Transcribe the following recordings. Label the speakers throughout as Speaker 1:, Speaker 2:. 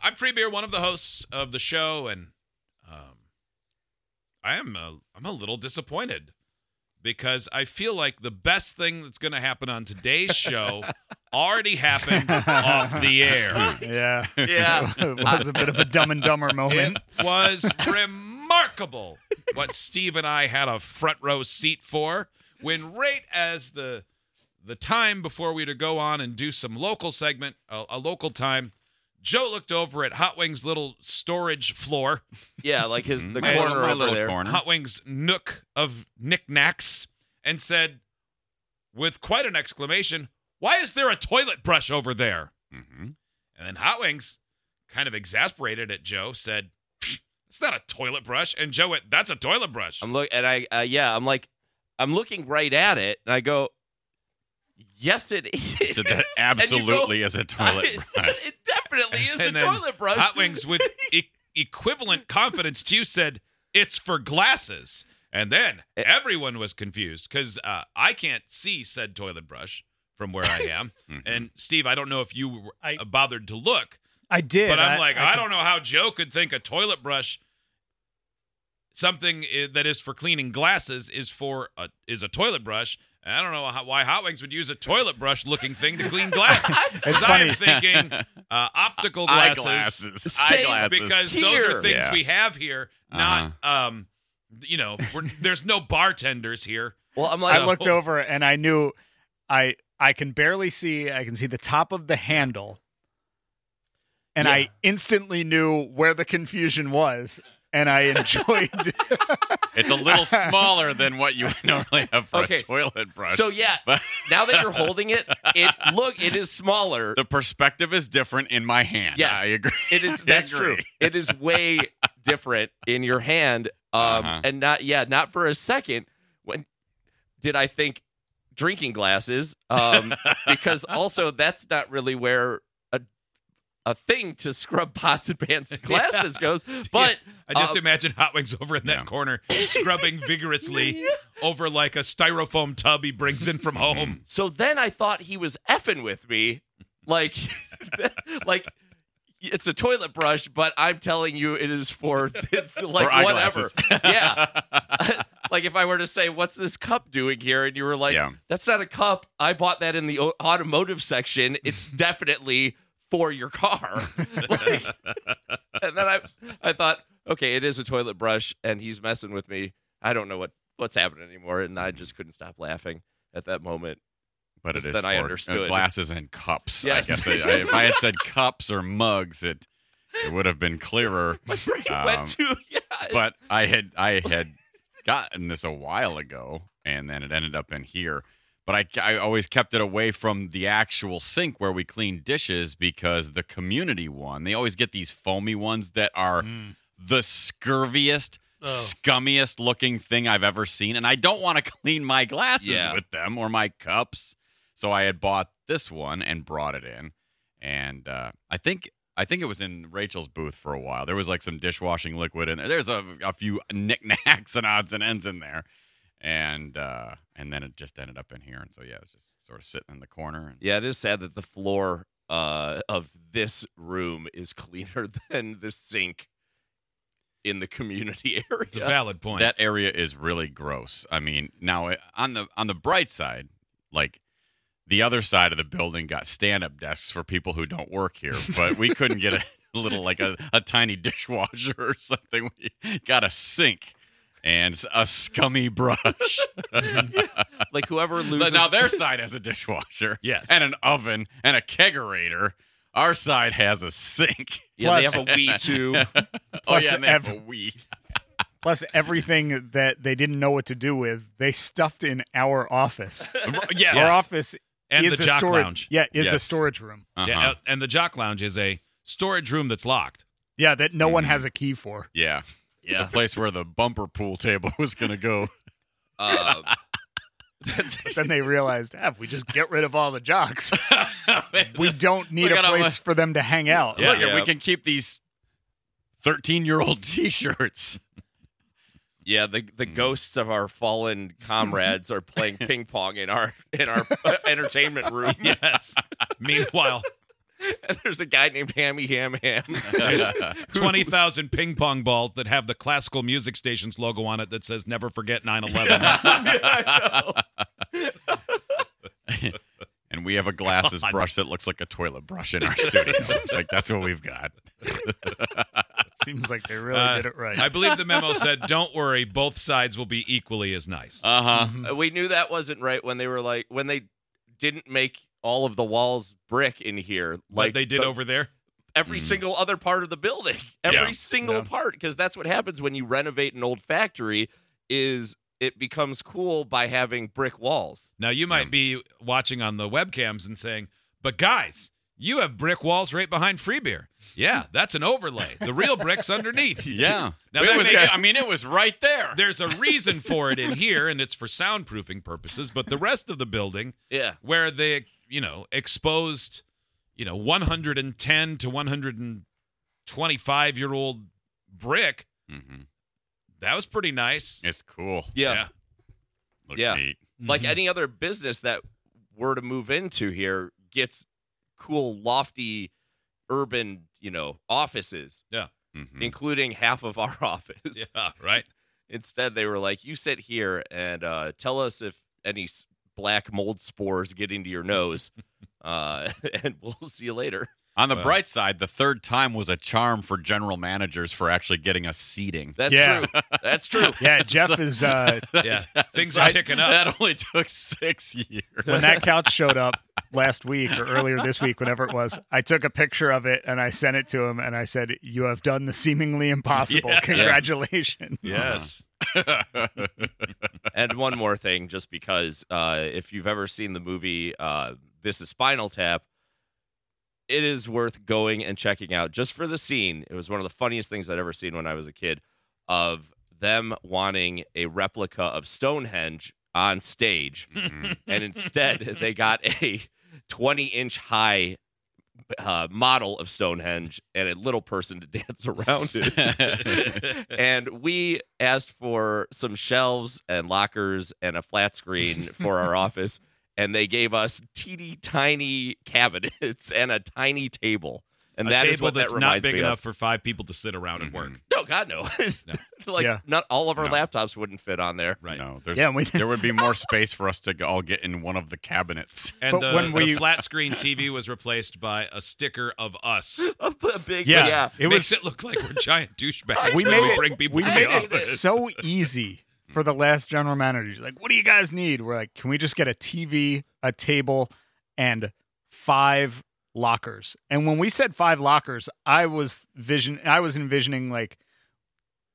Speaker 1: I'm Freebeer, one of the hosts of the show, and um, I am a, I'm a little disappointed because I feel like the best thing that's going to happen on today's show already happened off the air.
Speaker 2: Yeah.
Speaker 3: Yeah.
Speaker 2: it was a bit of a dumb and dumber
Speaker 1: It
Speaker 2: moment.
Speaker 1: was remarkable what Steve and I had a front row seat for when right as the the time before we to go on and do some local segment, a, a local time, Joe looked over at Hot Wings' little storage floor.
Speaker 3: Yeah, like his the
Speaker 1: My
Speaker 3: corner
Speaker 1: little- my
Speaker 3: over
Speaker 4: little
Speaker 3: there.
Speaker 4: corner.
Speaker 1: Hot Wings nook of knickknacks and said, with quite an exclamation, Why is there a toilet brush over there?
Speaker 4: Mm-hmm.
Speaker 1: And then Hot Wings, kind of exasperated at Joe, said, "Pfft, It's not a toilet brush. And Joe went, That's a toilet brush.
Speaker 3: I'm look and I uh, yeah, I'm like I'm looking right at it and I go Yes it is.
Speaker 4: So that absolutely is a toilet
Speaker 3: I said,
Speaker 4: brush.
Speaker 3: It definitely is
Speaker 1: And
Speaker 3: a
Speaker 1: then
Speaker 3: toilet brush.
Speaker 1: Hot Wings, with e- equivalent confidence to you, said, It's for glasses. And then everyone was confused because uh, I can't see said toilet brush from where I am.
Speaker 4: Mhm.
Speaker 1: and Steve, I don't know if you were,
Speaker 2: I-
Speaker 1: uh, bothered to look,
Speaker 2: I did.
Speaker 1: But I'm like, I,
Speaker 2: could-
Speaker 1: don't know how Joe could think a toilet brush, something i- that is for cleaning glasses, is for a, is a toilet brush. And I don't know how, why Hot Wings would use a toilet brush looking thing to clean glasses. Because I am thinking uh, optical glasses,
Speaker 4: Eyeglasses.
Speaker 3: Same
Speaker 4: Eyeglasses.
Speaker 1: because those
Speaker 3: Here.
Speaker 1: are things
Speaker 4: Yeah.
Speaker 1: we have here. Not, um, you know, we're, there's no bartenders here.
Speaker 3: well, I'm like
Speaker 2: I looked
Speaker 4: oh.
Speaker 2: over and I knew I I can barely see. I can see the top of the handle, and
Speaker 3: Yeah.
Speaker 2: I instantly knew where the confusion was, and I enjoyed.
Speaker 4: It's a little smaller than what you would normally have for
Speaker 3: Okay.
Speaker 4: a toilet brush.
Speaker 3: So yeah,
Speaker 4: But-
Speaker 3: now that you're holding it, it look it is smaller.
Speaker 4: the perspective is different in my hand.
Speaker 3: Yes.
Speaker 4: I agree.
Speaker 3: It is
Speaker 4: I
Speaker 3: that's
Speaker 4: agree.
Speaker 3: true. It is way different in your hand. Um
Speaker 4: Uh-huh.
Speaker 3: and not yeah, not for a second when did I think drinking glasses um because also that's not really where a a thing to scrub pots and pans and glasses goes, but
Speaker 1: I just
Speaker 3: um,
Speaker 1: imagine Hot Wings over in that
Speaker 4: Yeah.
Speaker 1: corner scrubbing vigorously over like a styrofoam tub he brings in from home.
Speaker 3: So then I thought he was effing with me, like, like it's a toilet brush, but I'm telling you, it is for like
Speaker 4: For
Speaker 3: whatever.
Speaker 4: eyeglasses.
Speaker 3: yeah, like if I were to say, "What's this cup doing here?" and you were like,
Speaker 4: Yeah.
Speaker 3: "That's not a cup. I bought that in the au- automotive section. It's definitely for your car." Like, and then I, I thought, okay, it is a toilet brush, and he's messing with me. I don't know what what's happening anymore, and I just couldn't stop laughing at that moment.
Speaker 4: But it is
Speaker 3: Then I
Speaker 4: for uh,
Speaker 3: understood.
Speaker 4: glasses and cups.
Speaker 3: Yes.
Speaker 4: I guess I, I- if I had said cups or mugs, it it would have been clearer.
Speaker 3: It
Speaker 4: Um,
Speaker 3: went to yeah,
Speaker 4: but I had I had gotten this a while ago, and then it ended up in here. But I, I always kept it away from the actual sink where we clean dishes because the community one, they always get these foamy ones that are the scurviest, scummiest looking thing I've ever seen. And I don't want to clean my glasses
Speaker 3: Yeah.
Speaker 4: with them or my cups. So I had bought this one and brought it in. And uh, I think I think it was in Rachel's booth for a while. There was like some dishwashing liquid in there. There's a, a few knickknacks and odds and ends in there, and uh, and then it just ended up in here. And so yeah, it's just sort of sitting in the corner. And,
Speaker 3: yeah, it is sad that the floor uh, of this room is cleaner than the sink in the community
Speaker 1: It's a
Speaker 3: area.
Speaker 1: valid point.
Speaker 4: That area is really gross. I mean, now it- on the on the bright side, like the other side of the building got stand up desks for people who don't work here, but we couldn't get a little like a, a tiny dishwasher or something. We got a sink and a scummy brush.
Speaker 3: like whoever loses
Speaker 4: But now their side has a dishwasher,
Speaker 1: Yes.
Speaker 4: and an oven and a kegerator. Our side has a sink.
Speaker 3: yeah,
Speaker 2: Plus-
Speaker 3: they have a Wii too.
Speaker 4: oh
Speaker 2: Plus
Speaker 4: yeah, and they have a
Speaker 2: ev-
Speaker 4: Wii.
Speaker 2: Plus, everything that they didn't know what to do with, they stuffed in our office.
Speaker 1: yes.
Speaker 2: Our office
Speaker 1: and
Speaker 2: is
Speaker 1: the
Speaker 2: a
Speaker 1: jock
Speaker 2: storage,
Speaker 1: lounge.
Speaker 2: Yeah, is a
Speaker 4: Yes.
Speaker 2: storage room.
Speaker 4: Uh-huh.
Speaker 1: Yeah, uh, and the jock lounge is a storage room that's locked.
Speaker 2: Yeah, that no one has a key for.
Speaker 4: Yeah. The
Speaker 3: Yeah.
Speaker 4: place where the bumper pool table was going to go.
Speaker 3: Um, that's-
Speaker 2: But then they realized, ah, if we just get rid of all the jocks, we
Speaker 4: Look,
Speaker 2: don't need
Speaker 4: look
Speaker 2: a
Speaker 4: at how
Speaker 2: place
Speaker 4: much-
Speaker 2: for them to hang out.
Speaker 4: if
Speaker 3: Yeah.
Speaker 4: we can keep these 13 year old t shirts.
Speaker 3: yeah, the the
Speaker 4: Mm.
Speaker 3: ghosts of our fallen comrades are playing ping pong in our in our uh, entertainment room.
Speaker 1: Yes. Meanwhile,
Speaker 3: And there's a guy named Hammy Ham Ham.
Speaker 1: twenty thousand ping pong balls that have the classical music station's logo on it that says "Never forget 9/11."
Speaker 4: and we have a glasses
Speaker 1: God.
Speaker 4: brush that looks like a toilet brush in our studio. like, that's what we've got.
Speaker 2: Seems like they really
Speaker 1: Uh,
Speaker 2: did it right.
Speaker 1: I believe the memo said, "Don't worry, both sides will be equally as nice."
Speaker 4: Uh huh.
Speaker 2: Mhm.
Speaker 3: we knew that wasn't right when they were like when they didn't make all of the walls brick in here
Speaker 1: like
Speaker 3: like
Speaker 1: they did
Speaker 3: the-
Speaker 1: over there.
Speaker 3: every
Speaker 4: Mm.
Speaker 3: single other part of the building every
Speaker 4: Yeah.
Speaker 3: single
Speaker 2: Yeah.
Speaker 3: part because that's what happens when you renovate an old factory is it becomes cool by having brick walls
Speaker 1: Now you might be watching on the webcams and saying, "But guys, you have brick walls right behind free beer." Yeah, that's an overlay. The real bricks underneath.
Speaker 4: Yeah.
Speaker 1: Now
Speaker 4: it
Speaker 1: that
Speaker 4: was,
Speaker 1: makes-
Speaker 4: I mean, it was right there.
Speaker 1: There's a reason for it in here, and it's for soundproofing purposes. But the rest of the building,
Speaker 3: yeah
Speaker 1: where they, you know, exposed, you know, 110 to 125 year old brick,
Speaker 4: Mhm.
Speaker 1: that was pretty nice.
Speaker 4: It's cool.
Speaker 3: yeah,
Speaker 1: Yeah. Mm-hmm.
Speaker 4: Look
Speaker 3: Yeah.
Speaker 4: neat.
Speaker 3: Mm-hmm. like any other business that were to move into here gets cool lofty urban you know offices
Speaker 4: Mhm.
Speaker 3: including half of our office
Speaker 1: Yeah, right.
Speaker 3: Instead, they were like, "You sit here and uh, tell us if any s- black mold spores get into your nose, uh, and we'll see you later."
Speaker 4: On the
Speaker 1: Well.
Speaker 4: bright side, the third time was a charm for general managers for actually getting us seating.
Speaker 3: That's
Speaker 2: Yeah.
Speaker 3: true. That's true.
Speaker 2: yeah, Jeff is. Uh,
Speaker 1: Yeah, things are ticking up.
Speaker 4: That only took six years.
Speaker 2: when that couch showed up last week or earlier this week, whenever it was, I took a picture of it and I sent it to him and I said, You have done the seemingly impossible.
Speaker 4: Yes.
Speaker 2: Congratulations.
Speaker 1: Yes.
Speaker 3: and one more thing, just because uh, if you've ever seen the movie uh, "This Is Spinal Tap," it is worth going and checking out just for the scene. It was one of the funniest things I'd ever seen when I was a kid, of them wanting a replica of Stonehenge on stage. and instead they got a 20 inch high uh, model of Stonehenge and a little person to dance around it. and we asked for some shelves and lockers and a flat screen for our office, and they gave us teeny tiny cabinets and a tiny table. And
Speaker 1: a
Speaker 3: that
Speaker 1: table
Speaker 3: is what
Speaker 1: that's
Speaker 3: that
Speaker 1: not
Speaker 3: reminds
Speaker 1: big
Speaker 3: me
Speaker 1: enough
Speaker 3: Of. Mm-hmm.
Speaker 1: for five people to sit around and work.
Speaker 3: No, God no. like
Speaker 2: Yeah.
Speaker 3: not all of our
Speaker 4: No.
Speaker 3: laptops wouldn't fit on there.
Speaker 1: Right.
Speaker 4: No, there's,
Speaker 2: Yeah, and we-
Speaker 4: there would be more space for us to g- all get in one of the cabinets.
Speaker 1: And
Speaker 2: But
Speaker 1: the,
Speaker 2: when
Speaker 1: the
Speaker 2: we-
Speaker 1: flat screen TV was replaced by a sticker of us.
Speaker 3: A big
Speaker 2: Yeah.
Speaker 3: yeah.
Speaker 2: It
Speaker 1: Makes
Speaker 2: was.
Speaker 1: it look like we're giant douchebags.
Speaker 2: we
Speaker 1: when
Speaker 2: made
Speaker 1: we
Speaker 2: it,
Speaker 1: bring people
Speaker 2: we
Speaker 1: to
Speaker 2: made
Speaker 1: the
Speaker 2: it
Speaker 1: office.
Speaker 2: so easy for the last general manager. He's like, What do you guys need? We're like, Can we just get a TV, a table, and five lockers? And when we said five lockers, I was vision I was envisioning like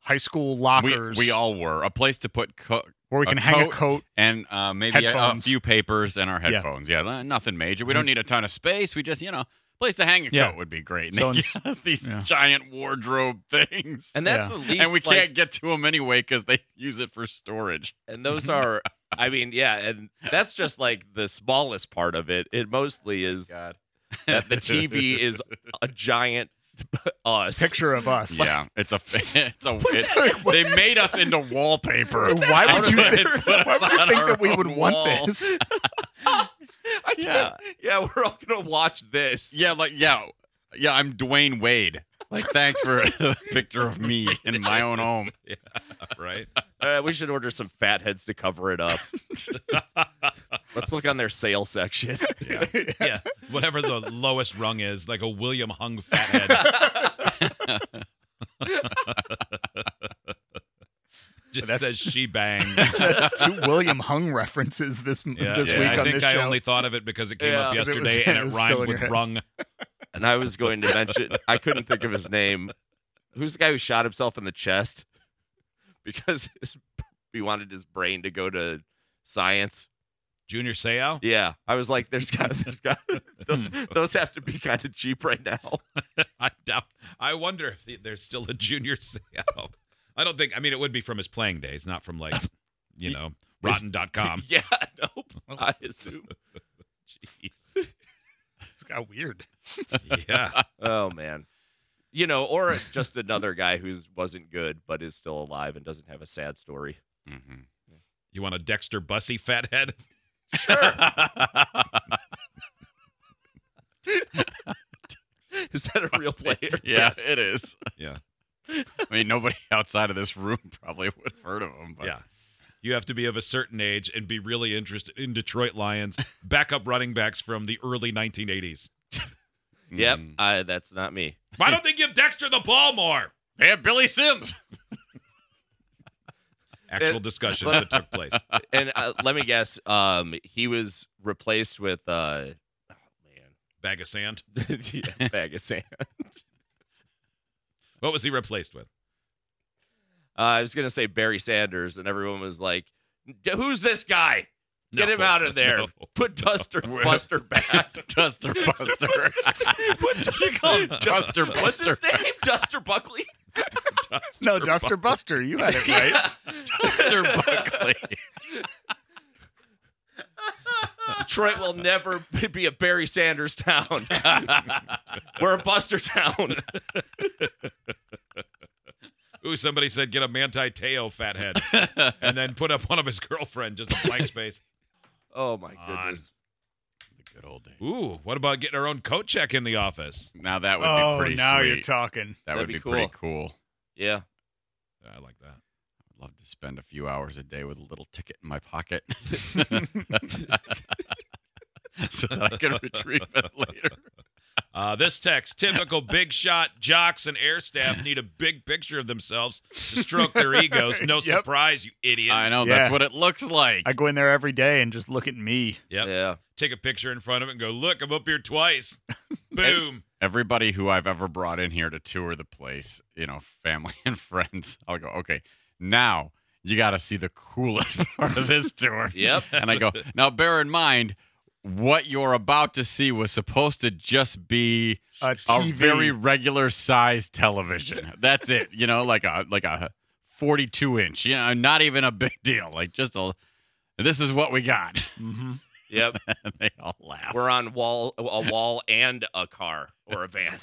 Speaker 2: high school
Speaker 4: We,
Speaker 2: lockers
Speaker 4: we all were. A place to put co-
Speaker 2: where we
Speaker 4: a
Speaker 2: can hang a
Speaker 4: coat
Speaker 2: coat
Speaker 4: and uh, maybe a, a
Speaker 2: Headphones.
Speaker 4: few papers and our
Speaker 2: Yeah. Mm-hmm.
Speaker 4: headphones. Yeah, n- nothing major. We don't need a ton of space. We just, you know, a place to hang a
Speaker 2: Yeah.
Speaker 4: coat would be great. And
Speaker 2: So
Speaker 4: they
Speaker 2: ins-
Speaker 4: give us these
Speaker 2: yeah.
Speaker 4: giant wardrobe things.
Speaker 3: And that's the least
Speaker 4: and we
Speaker 3: like,
Speaker 4: can't get to them anyway because they use it for storage.
Speaker 3: and those are i mean yeah and that's just like the smallest part of it it mostly is
Speaker 4: God.
Speaker 3: that the tv is a giant us
Speaker 2: picture of us.
Speaker 4: Yeah, it's a it's a it, they made us into wallpaper.
Speaker 2: Why would you
Speaker 4: They
Speaker 2: think,
Speaker 4: put
Speaker 2: why
Speaker 4: us
Speaker 2: would you
Speaker 4: on
Speaker 2: think
Speaker 4: our
Speaker 2: that we would
Speaker 4: own
Speaker 2: want
Speaker 4: wall.
Speaker 2: this?
Speaker 3: I can't- yeah we're all gonna watch this
Speaker 4: Yeah, like yeah, yeah. I'm Dwayne Wade. Like, thanks for a picture of me in my own home.
Speaker 1: right?
Speaker 3: uh, we should order some fatheads to cover it up let's look on their sale section
Speaker 1: Yeah. Whatever the lowest rung is, like a William Hung fathead. Just
Speaker 2: That's-
Speaker 1: says she bangs.
Speaker 2: That's two William Hung references this this
Speaker 1: yeah.
Speaker 2: week
Speaker 1: I
Speaker 2: on
Speaker 1: think
Speaker 2: this
Speaker 1: I
Speaker 2: show.
Speaker 1: only thought of it because it came
Speaker 3: Yeah.
Speaker 1: up
Speaker 2: 'Cause it was-
Speaker 1: yesterday
Speaker 2: it
Speaker 1: and
Speaker 2: was
Speaker 1: it
Speaker 2: still in
Speaker 1: rhymed
Speaker 2: your
Speaker 1: with
Speaker 2: head.
Speaker 1: rung.
Speaker 3: and i was going to mention i couldn't think of his name who's the guy who shot himself in the chest because his, he wanted his brain to go to science
Speaker 1: Junior Seau?
Speaker 3: Yeah, I was like, there's got, there's got, those have to be kind of cheap right now.
Speaker 1: I doubt. I wonder if the- there's still a Junior Seau. I don't think. I mean, it would be from his playing days, not from like, you know, Rotten.com.
Speaker 3: yeah, nope. I assume. Jeez.
Speaker 2: It's got weird.
Speaker 1: yeah.
Speaker 3: Oh man, you know, or just another guy who wasn't good but is still alive and doesn't have a sad story.
Speaker 4: Mm-hmm.
Speaker 1: You want a Dexter Bussy fathead?
Speaker 3: Is that a real player?
Speaker 4: Yeah, it is.
Speaker 1: Yeah.
Speaker 4: I mean, nobody outside of this room probably would have heard of him. But
Speaker 1: Yeah. You have to be of a certain age and be really interested in Detroit Lions backup running backs from the early 1980s.
Speaker 3: Yep. I, that's not me.
Speaker 1: Why don't they give Dexter the ball more?
Speaker 4: They have Billy Sims.
Speaker 1: Actual
Speaker 3: It-
Speaker 1: discussion that took place.
Speaker 3: And uh, let me guess. Um, he was replaced with uh, oh
Speaker 1: Bag of sand.
Speaker 3: man, yeah, bag of sand.
Speaker 1: What was he replaced with?
Speaker 3: Uh, I was gonna say Barry Sanders, and everyone was like, "D- "Who's this guy? Get
Speaker 1: No,
Speaker 3: him out of there!
Speaker 1: no,
Speaker 3: Put Duster Buster back."
Speaker 4: Duster Buster.
Speaker 3: What's he called?
Speaker 4: Duster
Speaker 3: What's
Speaker 4: Buster.
Speaker 3: his name? Duster Buckley.
Speaker 2: No, Duster Buster, you had it right.
Speaker 3: Yeah.
Speaker 4: Buster Buckley.
Speaker 3: Detroit will never be a Barry Sanders town. We're a Buster town.
Speaker 1: Ooh, somebody said get a Manti Teo fathead and then put up one of his girlfriend, just a blank space.
Speaker 3: Oh my
Speaker 1: Come on.
Speaker 3: goodness.
Speaker 4: The good old days.
Speaker 1: Ooh, what about getting our own coat check in the office?
Speaker 4: Now that would
Speaker 2: Oh,
Speaker 4: be pretty
Speaker 2: now
Speaker 4: sweet.
Speaker 2: you're talking.
Speaker 4: that
Speaker 3: That'd
Speaker 4: would
Speaker 3: be
Speaker 4: be, pretty cool.
Speaker 3: Yeah.
Speaker 1: I like that.
Speaker 4: I'd love to spend a few hours a day with a little ticket in my pocket. so that I can retrieve it later.
Speaker 1: Uh, this text typical big shot jocks and air staff need a big picture of themselves to stroke their egos. No
Speaker 2: Yep.
Speaker 1: surprise, you idiots.
Speaker 4: I know
Speaker 2: Yeah.
Speaker 4: that's what it looks like.
Speaker 2: I go in there every day and just look at me.
Speaker 1: Yep.
Speaker 3: Yeah.
Speaker 1: Take a picture in front of it and go, look, I'm up here twice. Boom.
Speaker 4: Everybody who I've ever brought in here to tour the place, you know, family and friends, I'll go, okay, now you got to see the coolest part of this tour.
Speaker 3: Yep.
Speaker 4: and I go, now bear in mind, what you're about to see was supposed to just be
Speaker 2: A
Speaker 4: a
Speaker 2: TV.
Speaker 4: very regular size television. That's it. You know, like a like a 42 inch. You know, not even a big deal. Like just a. This is what we got.
Speaker 2: Mhm.
Speaker 3: Yep.
Speaker 4: and they all laugh.
Speaker 3: We're on wall a wall and a car or a van.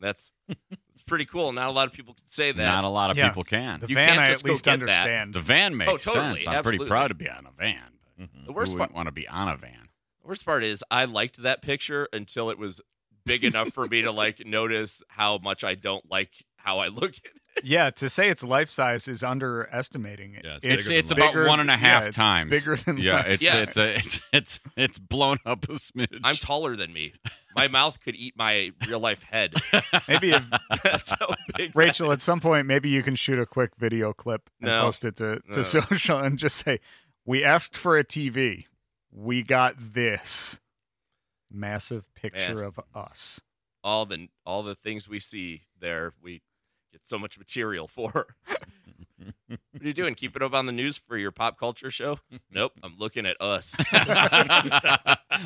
Speaker 3: That's it's pretty cool. Not a lot of people can say that.
Speaker 4: Not a lot of
Speaker 2: Yeah.
Speaker 4: people can.
Speaker 2: The
Speaker 4: The,
Speaker 3: You
Speaker 2: van
Speaker 3: can't
Speaker 2: I
Speaker 3: just
Speaker 2: at
Speaker 3: go
Speaker 2: least
Speaker 3: get that.
Speaker 2: understand.
Speaker 4: van makes
Speaker 3: Oh, totally,
Speaker 4: sense. I'm
Speaker 3: absolutely.
Speaker 4: pretty proud to be on a van. But
Speaker 3: the
Speaker 4: who
Speaker 3: worst part,
Speaker 4: wouldn't want to be on a van?
Speaker 3: worst part is I liked that picture until it was big enough for me to like notice how much I don't like how I look at it.
Speaker 2: Yeah, to say it's life size is underestimating it.
Speaker 1: Yeah, it's
Speaker 4: It's
Speaker 1: than
Speaker 4: it's
Speaker 1: life.
Speaker 4: about one and a half
Speaker 2: yeah, it's
Speaker 4: times
Speaker 2: Bigger than
Speaker 4: yeah.
Speaker 2: life
Speaker 4: It's
Speaker 3: Yeah.
Speaker 4: it's a, it's it's it's blown up a smidge.
Speaker 3: I'm taller than me. My mouth could eat my real life head.
Speaker 2: Maybe if,
Speaker 3: That's how big.
Speaker 2: Rachel, at some point, maybe you can shoot a quick video clip and
Speaker 3: No.
Speaker 2: post it to, to
Speaker 3: No.
Speaker 2: social and just say, "We asked for a TV, we got this massive picture
Speaker 3: Man.
Speaker 2: of us."
Speaker 3: all the all the things we see there we get so much material for what are you doing keeping up on the news for your pop culture show nope i'm looking at us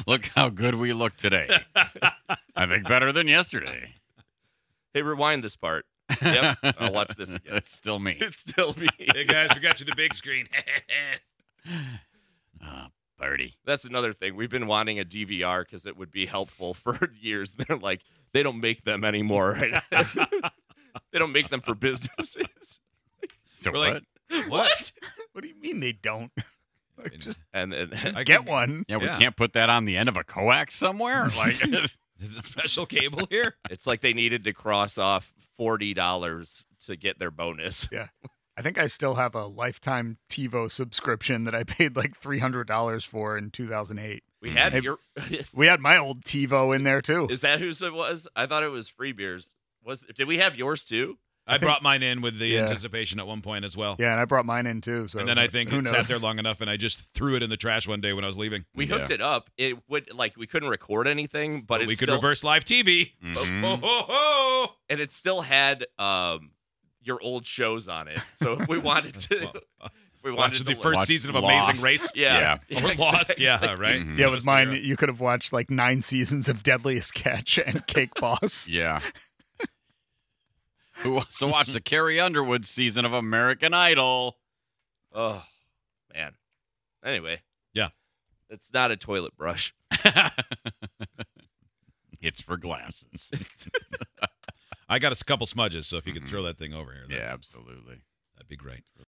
Speaker 4: look how good we look today. I think better than yesterday.
Speaker 3: hey rewind this part Yep, I'll watch this again.
Speaker 4: It's still me.
Speaker 3: it's still me
Speaker 1: hey, guys, we got you the big screen.
Speaker 4: Oh, birdie.
Speaker 3: that's another thing we've been wanting a dvr because it would be helpful for years they're like they don't make them anymore right they don't make them for businesses
Speaker 4: So
Speaker 1: We're like-
Speaker 4: what?
Speaker 3: what
Speaker 2: What do you mean they don't? Like, just
Speaker 3: and then
Speaker 1: I
Speaker 2: get
Speaker 1: could-
Speaker 2: one.
Speaker 4: Yeah, we
Speaker 1: Yeah.
Speaker 4: can't put that on the end of a coax somewhere. Like,
Speaker 1: Is it special cable here?
Speaker 3: it's like they needed to cross off $40 to get their bonus
Speaker 2: I think I still have a lifetime TiVo subscription that I paid like three hundred dollars for in two thousand eight.
Speaker 1: Mm.
Speaker 3: We had
Speaker 2: Hey,
Speaker 3: your.
Speaker 2: We had my old TiVo in there too.
Speaker 3: is that whose it was? I thought it was free beers. Was did we have yours too?
Speaker 1: I, brought mine in with the
Speaker 2: Yeah.
Speaker 1: anticipation at one point as well.
Speaker 2: Yeah, and I brought mine in too. So
Speaker 1: and then I think
Speaker 2: who
Speaker 1: it
Speaker 2: knows?
Speaker 1: sat there long enough, and I just threw it in the trash one day when I was leaving.
Speaker 3: We
Speaker 4: Yeah.
Speaker 3: hooked it up. It would like we couldn't record anything, but,
Speaker 1: But
Speaker 3: it
Speaker 1: we could
Speaker 3: still,
Speaker 1: reverse live TV.
Speaker 4: Mhm.
Speaker 1: Ho, ho, ho.
Speaker 3: and it still had um your old shows on it. So if we wanted to,
Speaker 1: Well,
Speaker 3: we wanted
Speaker 1: Watching the
Speaker 3: to
Speaker 1: first
Speaker 4: Watch
Speaker 1: season of
Speaker 4: Lost.
Speaker 1: Amazing Race.
Speaker 3: Yeah.
Speaker 1: Or Lost.
Speaker 3: exactly.
Speaker 1: Yeah, right?
Speaker 4: Mhm.
Speaker 2: Yeah, with mine,
Speaker 1: there.
Speaker 2: you could have watched like nine seasons of Deadliest Catch and Cake Boss.
Speaker 4: Yeah. Who wants to watch the Carrie Underwood season of American Idol?
Speaker 3: Oh man. Anyway.
Speaker 1: Yeah.
Speaker 3: It's not a toilet brush.
Speaker 4: it's for glasses.
Speaker 1: I got a couple smudges, so if you could throw that thing over here, that,
Speaker 4: yeah, absolutely.
Speaker 1: that'd be great.